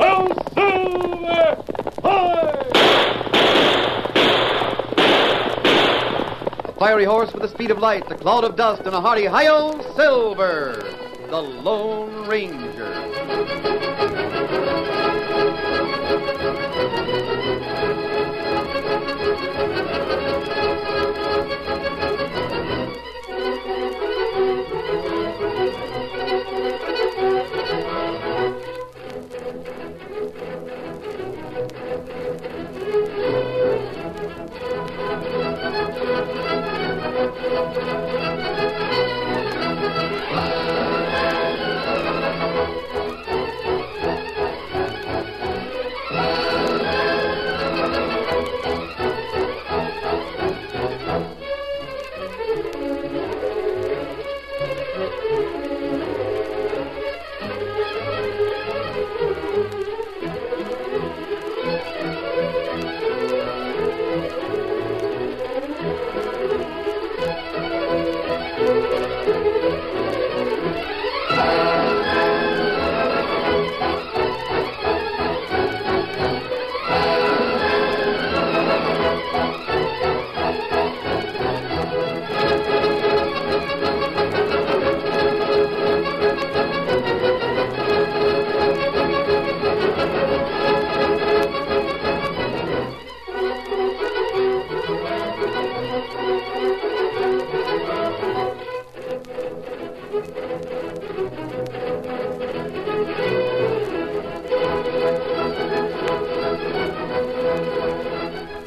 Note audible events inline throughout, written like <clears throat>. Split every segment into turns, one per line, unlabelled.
Ao Silver!
Fiery horse with the speed of light, the cloud of dust, and a hearty hi-yo, Silver, the Lone Ranger.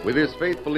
With his faithful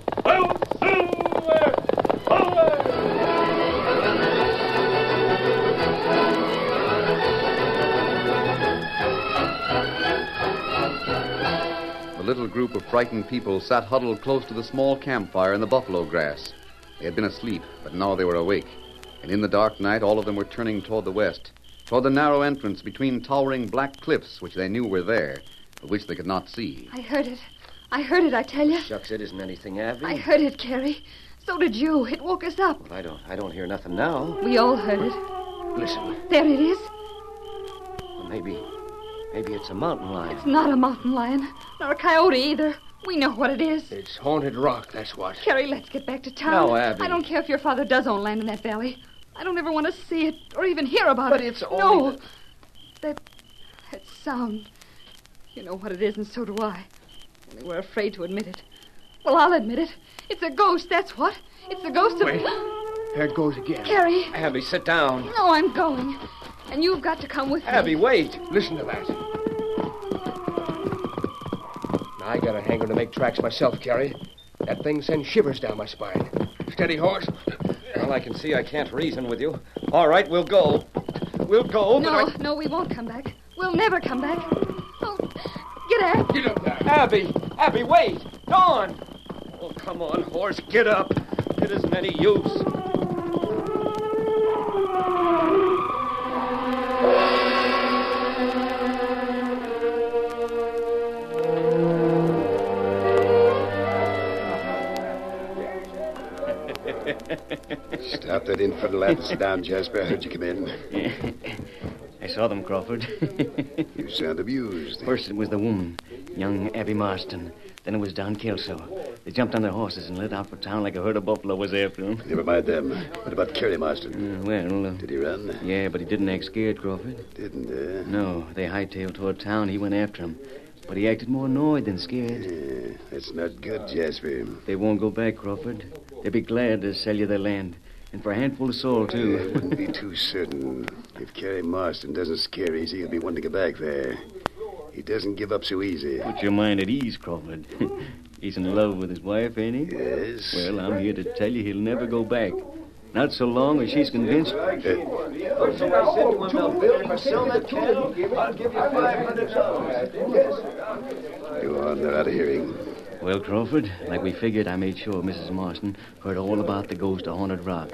Ao Silver! Away!
The little group of frightened people sat huddled close to the small campfire in the buffalo grass. They had been asleep, but now they were awake. And in the dark night, all of them were turning toward the west, toward the narrow entrance between towering black cliffs which they knew were there, but which they could not see.
I heard it. I heard it, I tell you.
Shucks, it isn't anything, Abby.
I heard it, Carrie. So did you. It woke us up.
I don't. I don't hear nothing now.
We all heard it.
Listen,
There it is.
maybe, maybe it's a mountain lion.
It's not a mountain lion, nor a coyote either. We know what it is.
It's haunted rock. That's what.
Carrie, let's get back to town.
No, Abby.
I don't care if your father does own land in that valley. I don't ever want to see it or even hear about
But
it.
it's
No.
only
That, that sound. You know what it is, and so do I. Only we're afraid to admit it. Well, I'll admit it. It's a ghost, that's what. It's the ghost of.
Wait. There it goes again.
Carrie.
Abby, sit down.
No, I'm going. And you've got to come with
Abby,
me.
wait. Listen to that. Now, I got a hanger to make tracks myself, Carrie. That thing sends shivers down my spine. Steady, horse. Well, I can see I can't reason with you. All right, we'll go. We'll go. but
No,
I-
no, we won't come back. We'll never come back. Oh, get out.
Get up there. Abby! Abby, wait! Dawn! Oh, come on, horse, get up. It isn't any use.
Stop that infernal lad and sit down, Jasper. I heard you come in.
I saw them, Crawford. <laughs>
You sound abused.
First it was the woman, young Abby Marston. Then it was Don Kelso. They jumped on their horses and lit out for town like a herd of buffalo was after them.
Never mind them. What about Kerry Marston?
Well, uh,
Did he run?
yeah, but he didn't act scared, Crawford.
Didn't uh?
No, they hightailed toward town. He went after them. But he acted more annoyed than scared.
Yeah, that's not good, Jasper.
They won't go back, Crawford. They'd be glad to sell you their land. And for a handful of soil,
It
too.
wouldn't be too certain. If Carrie Marston doesn't scare easy, he'll be one to go back there. He doesn't give up so easy.
Put your mind at ease, Crawford. <laughs> He's in love with his wife, ain't he?
Yes.
Well, I'm here to tell you he'll never go back. Not so long as she's convinced.
Go on, they're out of hearing.
Well, Crawford, like we figured, I made sure Mrs. Marston heard all about the ghost of Haunted Rock.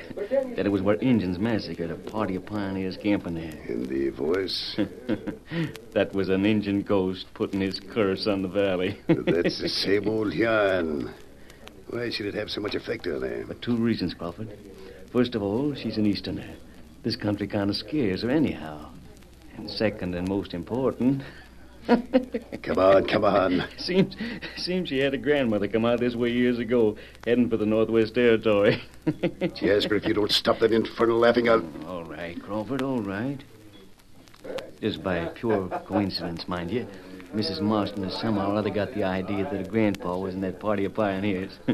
That it was where Injuns massacred a party of pioneers camping there.
And the voice.
that was an Injun ghost putting his curse on the valley. <laughs>
That's the same old yarn. Why should it have so much effect on her?
For two reasons, Crawford. First of all, she's an Easterner. This country kind of scares her anyhow. And second and most important, <laughs>
Come on, come on.
seems seems she had a grandmother come out this way years ago, heading for the Northwest Territory. <laughs>
Jasper, if you don't stop that infernal laughing, I'll.
all right, Crawford, all right. Just by pure coincidence, mind you, Mrs. Marston has somehow or other got the idea that her grandpa was in that party of pioneers. <laughs>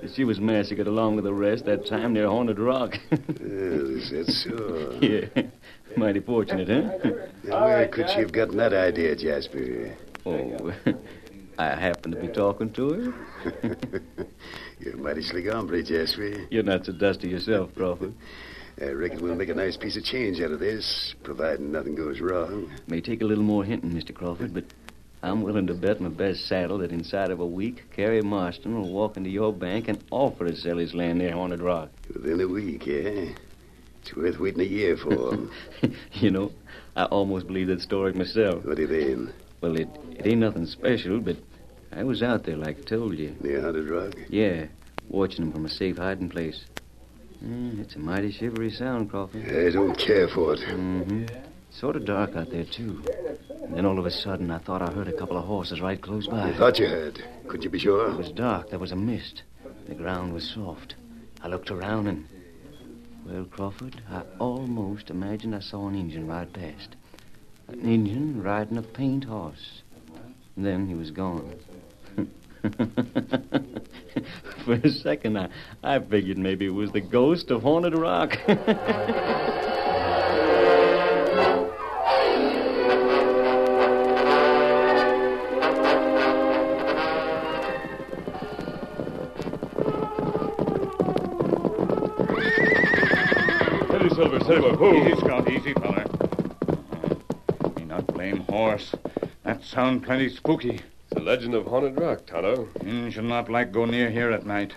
That she was massacred along with the rest that time near Haunted Rock. <laughs>
Oh, is that so?
Yeah, mighty fortunate, huh? <laughs>
Now, where could she have gotten that idea, Jasper?
Oh, I happen to be talking to her.
You're a mighty slick hombre, Jasper.
You're not so dusty yourself, Crawford.
I reckon we'll make a nice piece of change out of this, providing nothing goes wrong.
May take a little more hinting, Mr. Crawford, but I'm willing to bet my best saddle that inside of a week, Carrie Marston will walk into your bank and offer to sell his land near Haunted Rock. <laughs>
Within a week, eh? It's worth waiting a year <laughs> for.
you know, I almost believe that story myself.
what do you mean?
Well, it, it ain't nothing special, but I was out there, like I told you.
Near Haunted Rock?
Yeah, watching him from a safe hiding place. Mm, it's a mighty shivery sound, Crawford.
I don't care for it.
Mm-hmm. Sort of dark out there, too. And then all of a sudden, I thought I heard a couple of horses right close by.
I thought you heard. Could you be
It
sure?
was dark. There was a mist. The ground was soft. I looked around and. Well, Crawford, I almost imagined I saw an Indian ride past. An Indian riding a paint horse. And then he was gone. <laughs> For a second, I, I figured maybe it was the ghost of Haunted Rock. <laughs>
Steady, Silver, steady, boy. Whoa.
Easy, Scout, easy, fella. Uh, Me not blame horse. That sound plenty spooky.
It's the legend of Haunted Rock, Tonto.
Injun not like go near here at night.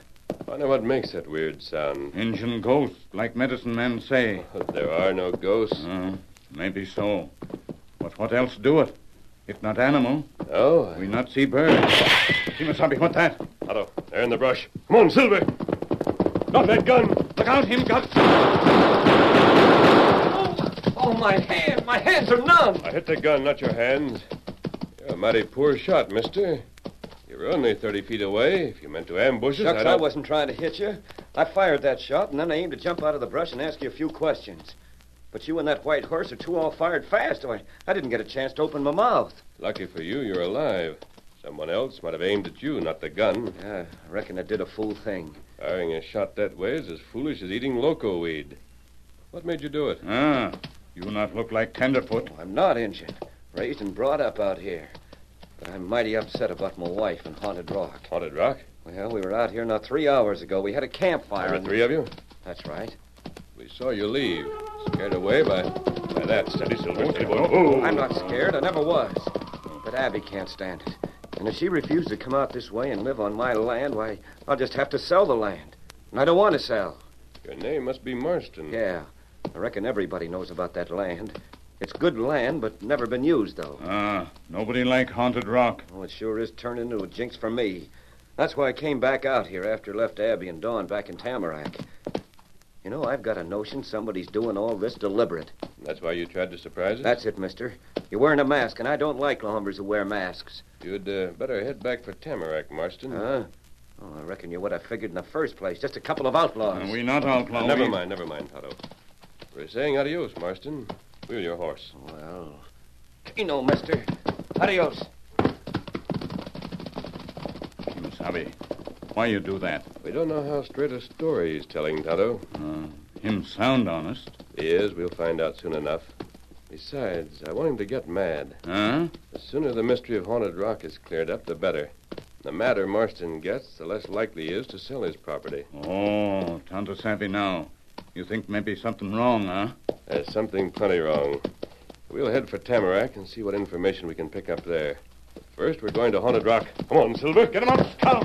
Wonder what makes that weird sound.
Injun ghost, like medicine men say.
There are no ghosts.
Uh, maybe so. But what else do it? If not animal,
Oh,
we not see bird. Kimasabi, what that?
Otto, they're in the brush. Come on, Silver. Not that gun.
Look out, him got...
Oh, my hand! My hands are numb!
I hit the gun, not your hands. You're a mighty poor shot, mister. You were only 30 feet away. If you meant to ambush us,
Shucks,
I'd-
I wasn't trying to hit you. I fired that shot, and then I aimed to jump out of the brush and ask you a few questions. But you and that white horse are too all fired fast. Oh, I, I didn't get a chance to open my mouth.
Lucky for you, you're alive. Someone else might have aimed at you, not the gun.
Yeah, I reckon I did a fool thing.
Firing a shot that way is as foolish as eating loco weed. What made you do it?
Ah, you not look like tenderfoot.
Oh, I'm not injured. Raised and brought up out here. But I'm mighty upset about my wife and Haunted Rock.
Haunted Rock?
Well, we were out here not three hours ago. We had a campfire.
There were
and-
three of you?
That's right.
We saw you leave. Scared away by, by that. Steady, Silver. Steady, boy.
Oh,
I'm not scared. I never was. But Abby can't stand it. And if she refuses to come out this way and live on my land, why, I'll just have to sell the land. And I don't want to sell.
Your name must be Marston.
Yeah. I reckon everybody knows about that land. It's good land, but never been used, though.
Ah, nobody like Haunted Rock.
Oh, it sure is turning into a jinx for me. That's why I came back out here after I left Abby and Dawn back in Tamarack. You know, I've got a notion somebody's doing all this deliberate.
That's why you tried to surprise us?
That's it, mister. You're wearing a mask, and I don't like lumbers who wear masks.
You'd uh, better head back for Tamarack, Marston.
Huh? Oh, I reckon you would have figured in the first place. Just a couple of outlaws.
Uh, we not outlaw.
never
we-
mind, never mind, Toto. We're saying adios, Marston. Wheel your horse.
Well. Kino, mister. Adios.
Kimasabi, why you do that?
We don't know how straight a story he's telling, Toto.
Uh,
him sound honest.
He is. We'll find out soon enough. Besides, I want him to get mad.
Huh?
The sooner the mystery of Haunted Rock is cleared up, the better. The madder Marston gets, the less likely he is to sell his property.
Oh, Tonto Savvy now. You think maybe something wrong, huh?
There's something plenty wrong. We'll head for Tamarack and see what information we can pick up there. But first, we're going to Haunted Rock. Come on, Silver. Get him up. Come.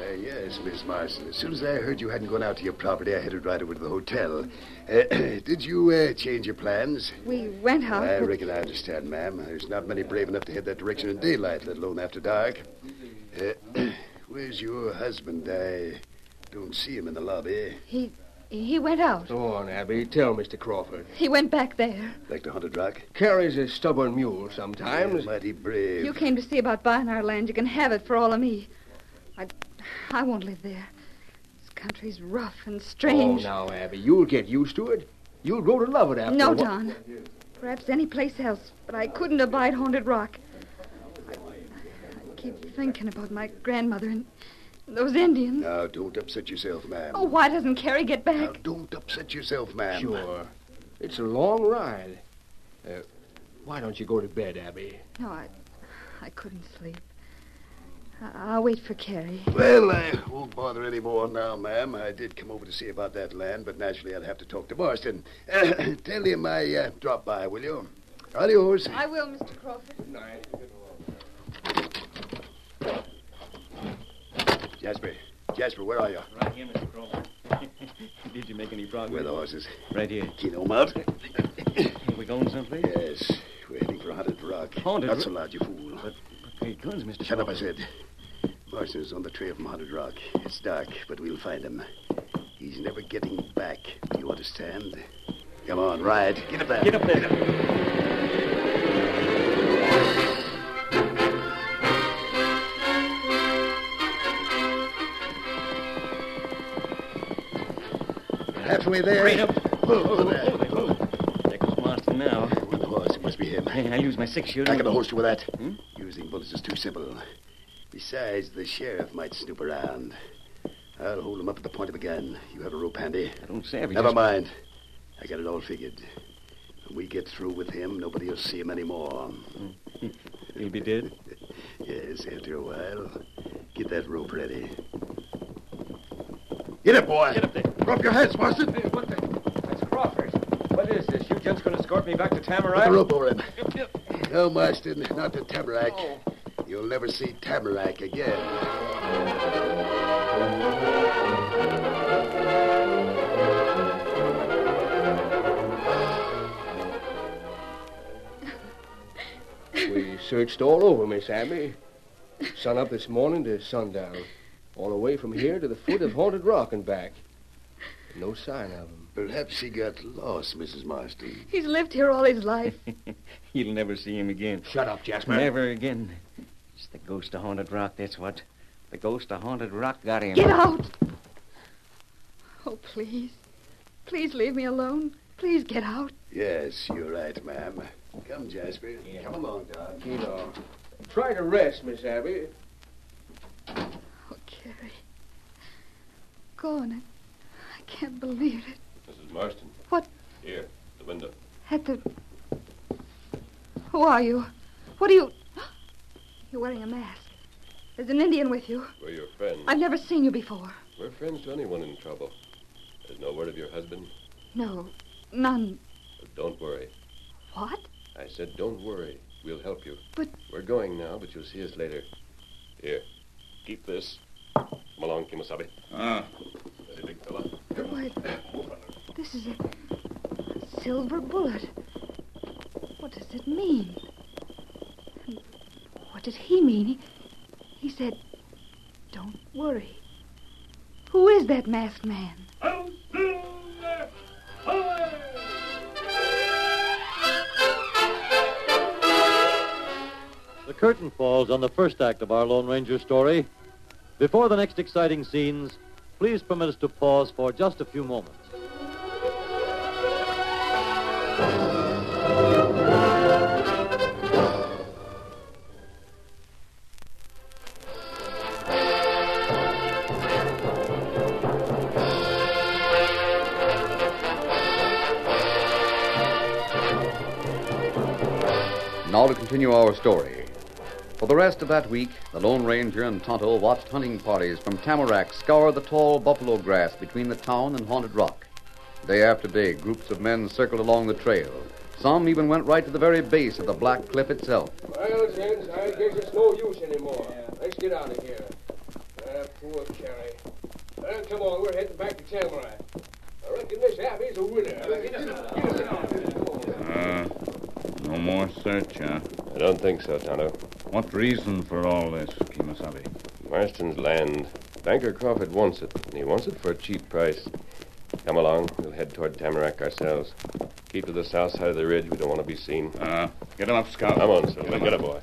Uh, yes, Miss Marston. As soon as I heard you hadn't gone out to your property, I headed right over to the hotel. <clears throat> Uh, did you uh, change your plans?
We went out.
I
but-
reckon I understand, ma'am. There's not many brave enough to head that direction in daylight, let alone after dark. Uh, <clears throat> where's your husband? I don't see him in the lobby.
He he went out.
Go on, Abby. Tell Mr. Crawford.
He went back there.
Like the Haunted Rock?
Carries a stubborn mule sometimes.
mighty brave.
You came to see about buying our land. You can have it for all of me. I I won't live there. This country's rough and strange.
Oh, now, Abby, you'll get used to it. You'll grow to love it after
No,
a whi-
Don. Perhaps any place else, but I couldn't abide Haunted Rock. I, I keep thinking about my grandmother and those Indians.
Now, don't upset yourself, ma'am.
Oh, why doesn't Carrie get
Now,
back?
don't upset yourself, ma'am.
Sure. It's a long ride. Uh, why don't you go to bed, Abby?
No, I, I couldn't sleep. I, I'll wait for Carrie.
Well, I won't bother any more now, ma'am. I did come over to see about that land, but naturally I'd have to talk to Marston. <clears throat> tell him I uh, dropped by, will you? Adios.
I will, Mr. Crawford.
Jasper. Jasper, where are you?
Right here,
<laughs>
Mr. Crawford. Did you make any
Where
progress?
are the horses?
Right here.
Can you mount?
Are we going someplace?
Yes. We're heading for Haunted Rock.
Haunted
Not
Ro-
so loud, you fool.
But, but great guns, Mr.
Shut up, I
Crawford.
said. Marston's on the trail from Haunted Rock. It's dark, but we'll find him. He's never getting back. You understand? Come on, ride. Get up there.
Get up there.
Halfway there.
Right up.
Whoa, whoa, there.
Oh, there. There goes Marston now.
With the horse, it must be him.
I, I use my six shooter.
Back of the holster with that.
Hmm?
Using bullets is too simple. Besides, the sheriff might snoop around. I'll hold him up at the point of a gun. You have a rope handy.
I don't savvy.
Never
just-
mind. I got it all figured. When we get through with him, nobody will see him anymore.
He'll be dead.
<laughs> Yes, after a while. Get that rope ready. Get up, boy. Get up there. Rope your hands, Marston. Put
What the? That's Crawford. What is this? You gents going to escort me back to
the
Tamarack?
rope over him. No, Marston, not to Tamarack. You'll never see Tamarack again.
We searched all over, Miss Abby. Sun up this morning to sundown. All the way from here to the foot of Haunted Rock and back. No sign of him.
Perhaps he got lost, Mrs. Marston.
He's lived here all his life.
You'll never see him again.
Shut up, Jasper.
Never again. It's the ghost of Haunted Rock, that's what. The ghost of Haunted Rock got him.
Get out! Oh, please. Please leave me alone. Please get out.
Yes, you're right, ma'am. Come, Jasper. Come along, Doc.
You know. Try to rest, Miss Abby.
Oh, Carrie. Gone. I, I can't believe it.
Mrs. Marston.
What?
Here, the window.
At the. Who are you? What are you. You're wearing a mask. There's an Indian with you.
We're your friends.
I've never seen you before.
We're friends to anyone in trouble. There's no word of your husband.
No, none.
But don't worry.
What?
I said, don't worry. We'll help you.
But-
We're going now, but you'll see us later. Here, keep this. Come along, Kimasabi.
Ah,
Hey, big fella.
Why, this is a silver bullet. What does it mean? And What did he mean? He, he said, Don't worry. Who is that masked man?
Hail Silver! Away!
The curtain falls on the first act of our Lone Ranger story. Before the next exciting scenes, please permit us to pause for just a few moments.
to continue our story. For the rest of that week, the Lone Ranger and Tonto watched hunting parties from Tamarack scour the tall buffalo grass between the town and Haunted Rock. Day after day, groups of men circled along the trail. Some even went right to the very base of the black cliff itself.
Well, gents, I guess it's no use anymore. Let's get out of here. Ah, poor Carrie. Well, come on, we're heading back to Tamarack. I reckon Miss Abby's a winner.
Uh, no more search, huh? I don't think so, Tonto. What reason for all this, Kimasabi?
Marston's land. Banker Crawford wants it, and he wants it for a cheap price. Come along. We'll head toward Tamarack ourselves. Keep to the south side of the ridge. We don't want to be seen.
Uh, get him up, Scout.
Come on, Silver. Get a boy.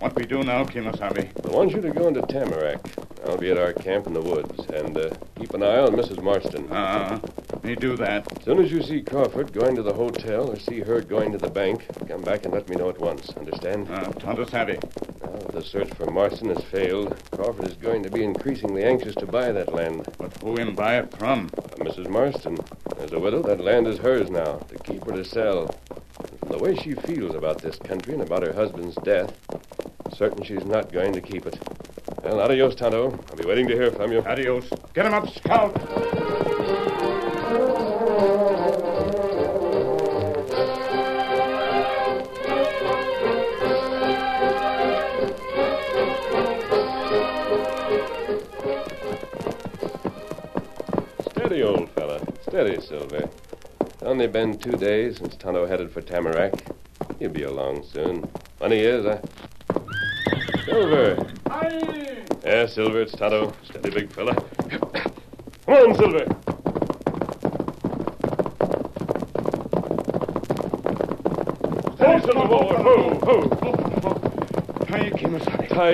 What we do now, Kimasabi?
I want you to go into Tamarack. I'll be at our camp in the woods, and uh, keep an eye on Mrs. Marston.
Uh, me do that.
As soon as you see Crawford going to the hotel or see her going to the bank, come back and let me know at once. Understand?
Uh, Tonto Savvy.
Now that the search for Marston has failed, Crawford is going to be increasingly anxious to buy that land.
But who him buy it from?
Mrs. Marston. As a widow, that land is hers now, to keep or to sell. And from the way she feels about this country and about her husband's death, I'm certain she's not going to keep it. Well, adios, Tonto. I'll be waiting to hear from you.
Adios. Get him up, Scout.
Steady, old fella. Steady, Silver. It's only been two days since Tonto headed for Tamarack. He'll be along soon. Funny is, I. Silver! Yeah, Silver, it's Tonto. Steady, big fella. Come on, Silver! Steady, Silver, boy. Ho, ho!
Hi, Kimasabi.
Ty,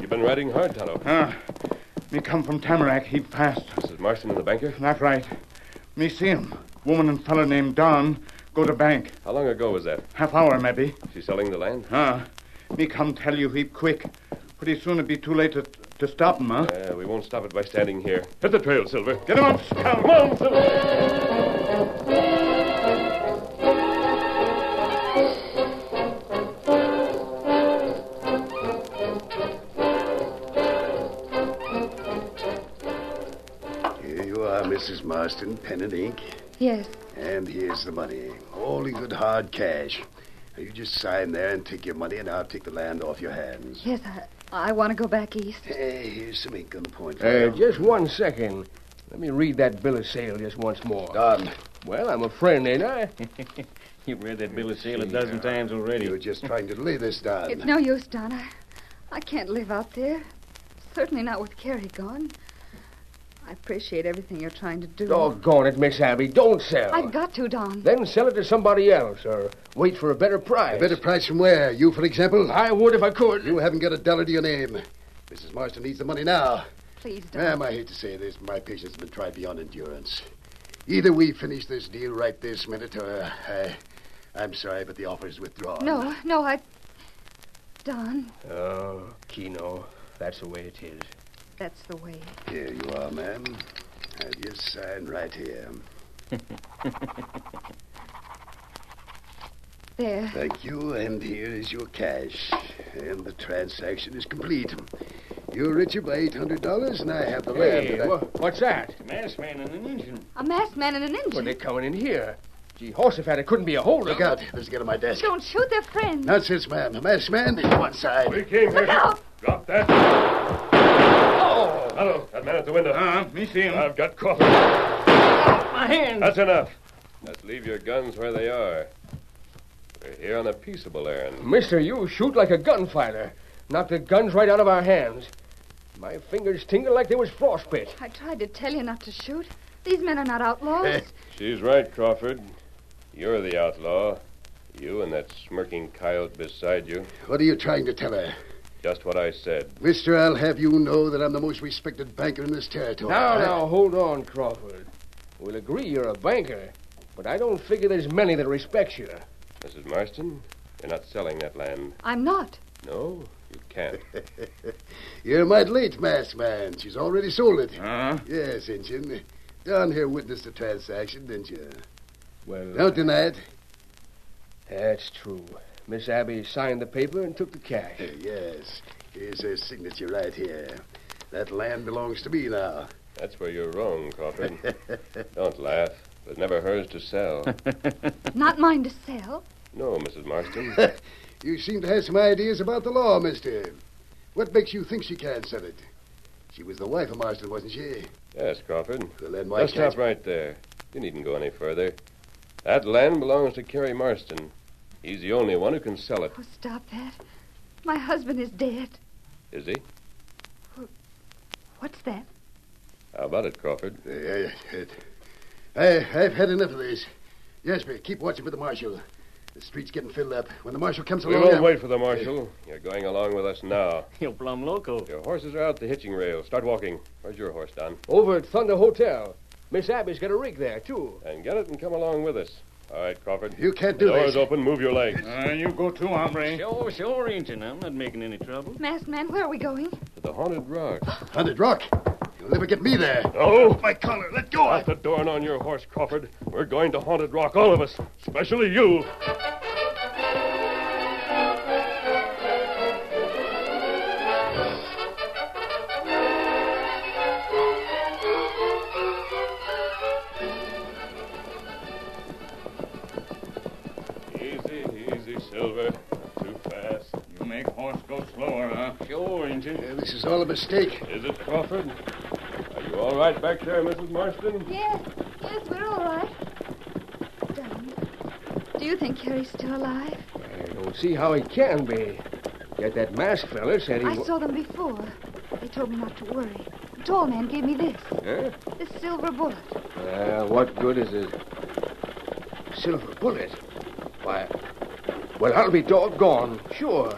you've been riding hard, Tonto.
Ah, me come from Tamarack heap fast.
Mrs. Marston and the banker?
That right. Me see him. Woman and fella named Don go to bank.
How long ago was that?
Half hour, maybe.
She's selling the land?
Ah, me come tell you heap quick. Pretty soon it be too late to, to stop him, huh?
Uh, we won't stop it by standing here. Hit the trail, Silver.
Get him up, Scout. Come on, Silver.
Here you are, Mrs. Marston, pen and ink.
Yes.
And here's the money. All in good hard cash. Now, You just sign there and take your money, and I'll take the land off your hands.
Yes, I, I want to go back east.
Hey, here's some ink on point. for
Uh,
you.
just one second. Let me read that bill of sale just once more.
Done.
Well, I'm a friend, ain't I?
You've read that bill of sale a dozen times already.
You were just trying to delay this, Don.
It's no use, Don. I, I can't live out there. Certainly not with Carrie gone. I appreciate everything you're trying to do.
Doggone it, Miss Abby. Don't sell.
I've got to, Don.
Then sell it to somebody else or wait for a better price.
A better price from where? You, for example?
I would if I could.
You haven't got a dollar to your name. Mrs. Marston needs the money now.
Please, Don.
Ma'am, I hate to say this, my patience has been tried beyond endurance. Either we finish this deal right this minute, or I, I'm sorry, but the offer is withdrawn.
No, no, I. Don,
Oh, Kino. That's the way it is.
that's the way.
Here you are, ma'am. And you sign right here.
There.
Thank you, and here is your cash. And the transaction is complete. You're richer by $800, and I have the land.
Hey,
that I-
wha- what's that?
Masked man and an engine.
A masked man and an
Well,
engine.
they're coming in here. Gee, Horsefat, it couldn't be a holdup.
Look out. Let's get on my desk.
Don't shoot their friends.
Nonsense, ma'am. A masked man, one side.
We came here.
Look out!
Drop that. Oh! Hello, that man at the window.
Ah, me see him.
I've got Crawford.
My hand!
Uh,
That's enough. Just leave your guns where they are. We're here on a peaceable errand.
Mister, you shoot like a gunfighter. Knock the guns right out of our hands. My fingers tingle like they was frostbit.
I tried to tell you not to shoot. These men are not outlaws.
She's right, Crawford. You're the outlaw. You and that smirking coyote beside you.
What are you trying to tell her?
Just what I said.
Mister, I'll have you know that I'm the most respected banker in this territory.
Now,
I-
now, hold on, Crawford. We'll agree you're a banker, but I don't figure there's many that respects <laughs> you.
Mrs. Marston, you're not selling that land.
I'm not.
No, you can't.
You're mighty late, masked man. She's already sold it.
Uh,
Yes, Injun. Down here witnessed the transaction, didn't you?
uh,
Well,
Don't deny it.
that's true.
Miss Abbey signed the paper and took the cash.
Eh, Yes. Here's her signature right here. That land belongs to me now.
That's where you're wrong,
<laughs>
Crawford. Don't laugh. It was never hers to sell.
Not mine to sell.
no, Mrs.
<laughs>
Marston.
You seem to have some ideas about the law, mister. What makes you think she can't sell it? She was the wife of Marston, wasn't she?
Yes, Crawford.
Well, then why
Now
can't...
stop right there. You needn't go any further. That land belongs to Carrie Marston. He's the only one who can sell it,
Oh, Stop that. My husband is dead.
is he?
What's that?
How about it, Crawford?
I, I've had enough of this. Jasper, keep watching for the marshal. The street's getting filled up. When the marshal comes
We
along... uh,
won't
I'll-
wait for the marshal. You're going along with us now.
You're plumb loco.
Your horses are out the hitching rail. Start walking. Where's your horse, Don?
Over at Thunder Hotel. Miss Abbey's got a rig there, too.
And get it and come along with us. All right, Crawford.
You can't
the door's open. Move your legs.
you go too, hombre. Sure, sure, Injun. I'm not making any trouble.
Masked man, where are we going?
To the haunted rock.
Haunted rock? You'll never get me there.
Oh!
My collar, let go!
Not the door and on your horse, Crawford. We're going to Haunted Rock, all of us. Especially you. Easy, easy, Silver. Not Too fast. You make horse go slower, huh? Sure, Injun.
this is all a mistake.
Is it, Crawford? Are you all right back there, Mrs. Marston?
Yes, yes, we're all right. Don, do you think Carrie's still alive?
I don't see how it can be. Yet that masked fella said he.
I
wa-
saw them before. They told me not to worry. The tall man gave me this,
Huh?
this silver bullet.
Well, Uh, what good is it? Silver bullet? Why, well, I'll be doggone, sure.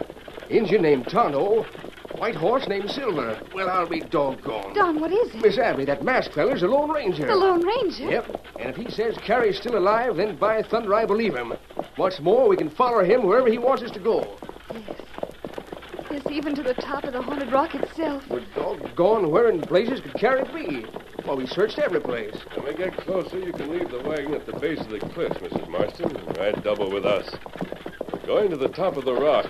Injun named Tonto, white horse named Silver. Well, I'll be doggone.
Don, what is it?
Miss Abbey, that masked fella's a Lone Ranger.
The Lone Ranger?
Yep, and if he says Carrie's still alive, then by thunder, I believe him. What's more, we can follow him wherever he wants us to go.
Yes, even to the top of the haunted rock itself.
But doggone, where in blazes could Carrie be? Well, we searched every place.
When we get closer, you can leave the wagon at the base of the cliffs, Mrs. Marston, and ride double with us. We're going to the top of the rock.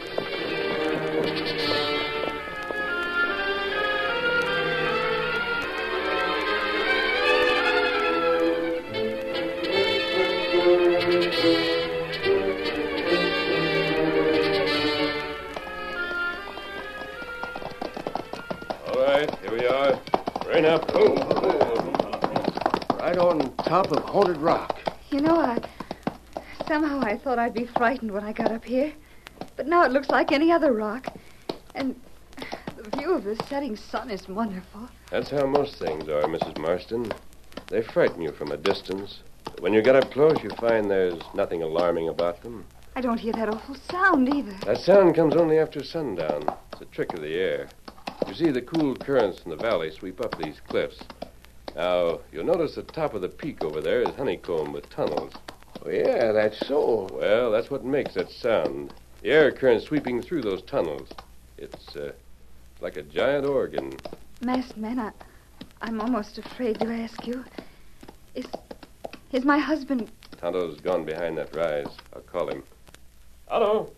All right, here we are. Rain up.
Right on top of Haunted Rock.
You know, I somehow I thought I'd be frightened when I got up here, but now it looks like any other rock, and the view of the setting sun is wonderful.
That's how most things are, Mrs. Marston. They frighten you from a distance. But when you get up close, you find there's nothing alarming about them.
I don't hear that awful sound either.
That sound comes only after sundown. It's a trick of the air. You see, the cool currents in the valley sweep up these cliffs. Now, you'll notice the top of the peak over there is honeycombed with tunnels.
Oh, yeah, that's so.
Well, that's what makes that sound. The air current sweeping through those tunnels. It's uh, like a giant organ.
Masked man, I, I'm almost afraid to ask you. Is is my husband?
Tonto's gone behind that rise. I'll call him. Tonto!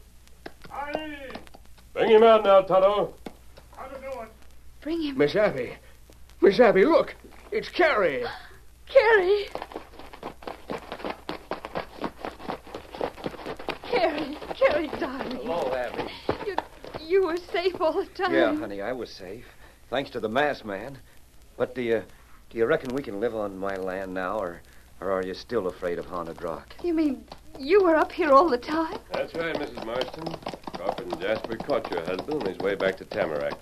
Bring him out now, Tonto.
Bring him.
Miss Abbey. Miss Abbey, look. It's Carrie.
Carrie. Carrie, Carrie, darling.
Hello, Abby.
You, you were safe all the time.
Yeah, honey, I was safe. Thanks to the masked man. But do you, do you reckon we can live on my land now, or, or are you still afraid of Haunted Rock?
You mean you were up here all the time?
That's right, Mrs. Marston. Crawford and Jasper caught your husband on his way back to Tamarack.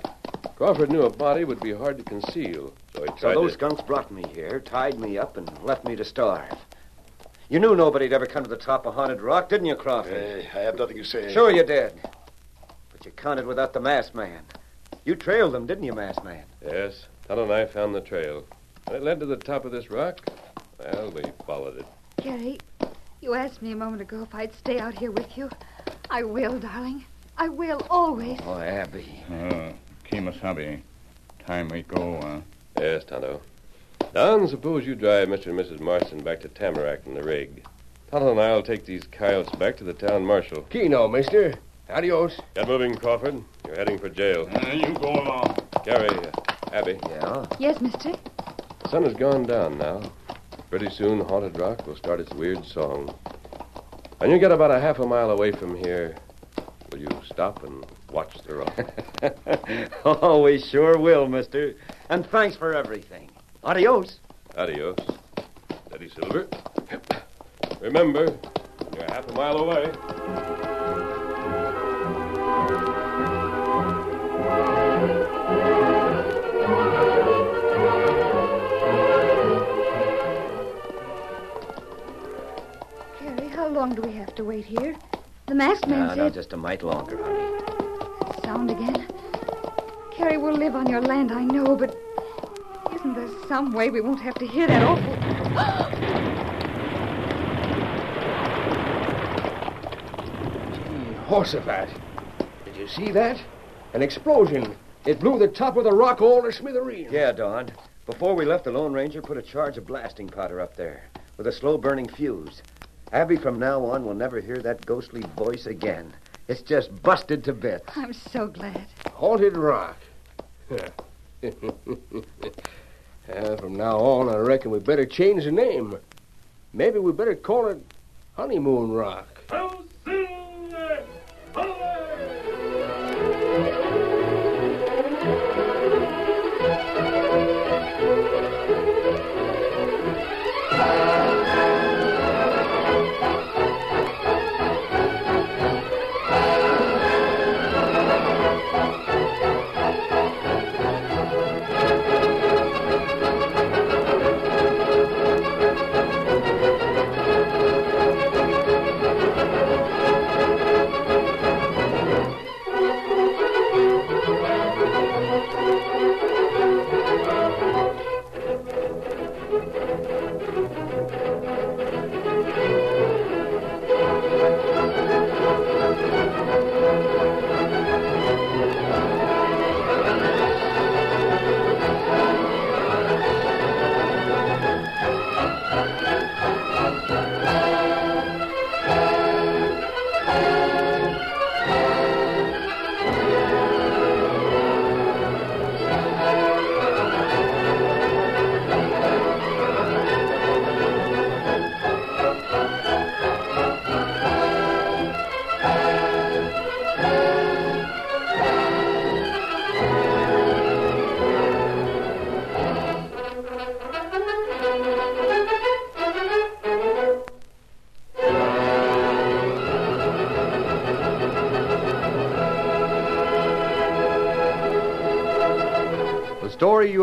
Crawford knew a body would be hard to conceal, so he
So
tried
those
to...
gunks brought me here, tied me up, and left me to starve. You knew nobody'd ever come to the top of Haunted Rock, didn't you, Crawford?
I have nothing to say.
Sure you did. But you counted without the masked man. You trailed them, didn't you, masked man?
Yes, Tonto and I found the trail. When it led to the top of this rock, well, we followed it.
Carrie, you asked me a moment ago if I'd stay out here with you. I will, darling. I will always.
Oh, Abby.
Uh, Kemosabe. Time we go, huh?
Yes, Tonto. Don, suppose you drive Mr. and Mrs. Marston back to Tamarack in the rig. Tonto and I'll take these coyotes back to the town marshal.
Keno, mister. Adios.
Get moving, Crawford. You're heading for jail. Uh, you go along. Gary, uh, Abby. Yeah?
Yes, mister?
The sun has gone down now. Pretty soon, Haunted Rock will start its weird song. When you get about a half a mile away from here, will you stop and watch the rock?
<laughs>
<laughs>
Oh, we sure will, mister. And thanks for everything. Adios.
Adios. Steady, Silver. Remember, you're half a mile away.
Carrie, how long do we have to wait here? The masked man
No, no,
said.
just a mite longer, honey.
Sound again. Carrie, we'll live on your land, I know, but isn't there some way we won't have to hear that awful.
Horsevat. Did you see that? An explosion. It blew the top of the rock all to smithereens.
Yeah, Don. Before we left, the Lone Ranger put a charge of blasting powder up there with a slow burning fuse. Abby, from now on, will never hear that ghostly voice again. It's just busted to bits.
I'm so glad.
Haunted <laughs> rock. Uh, from now on, I reckon we better change the name. Maybe we better call it Honeymoon Rock.
The story you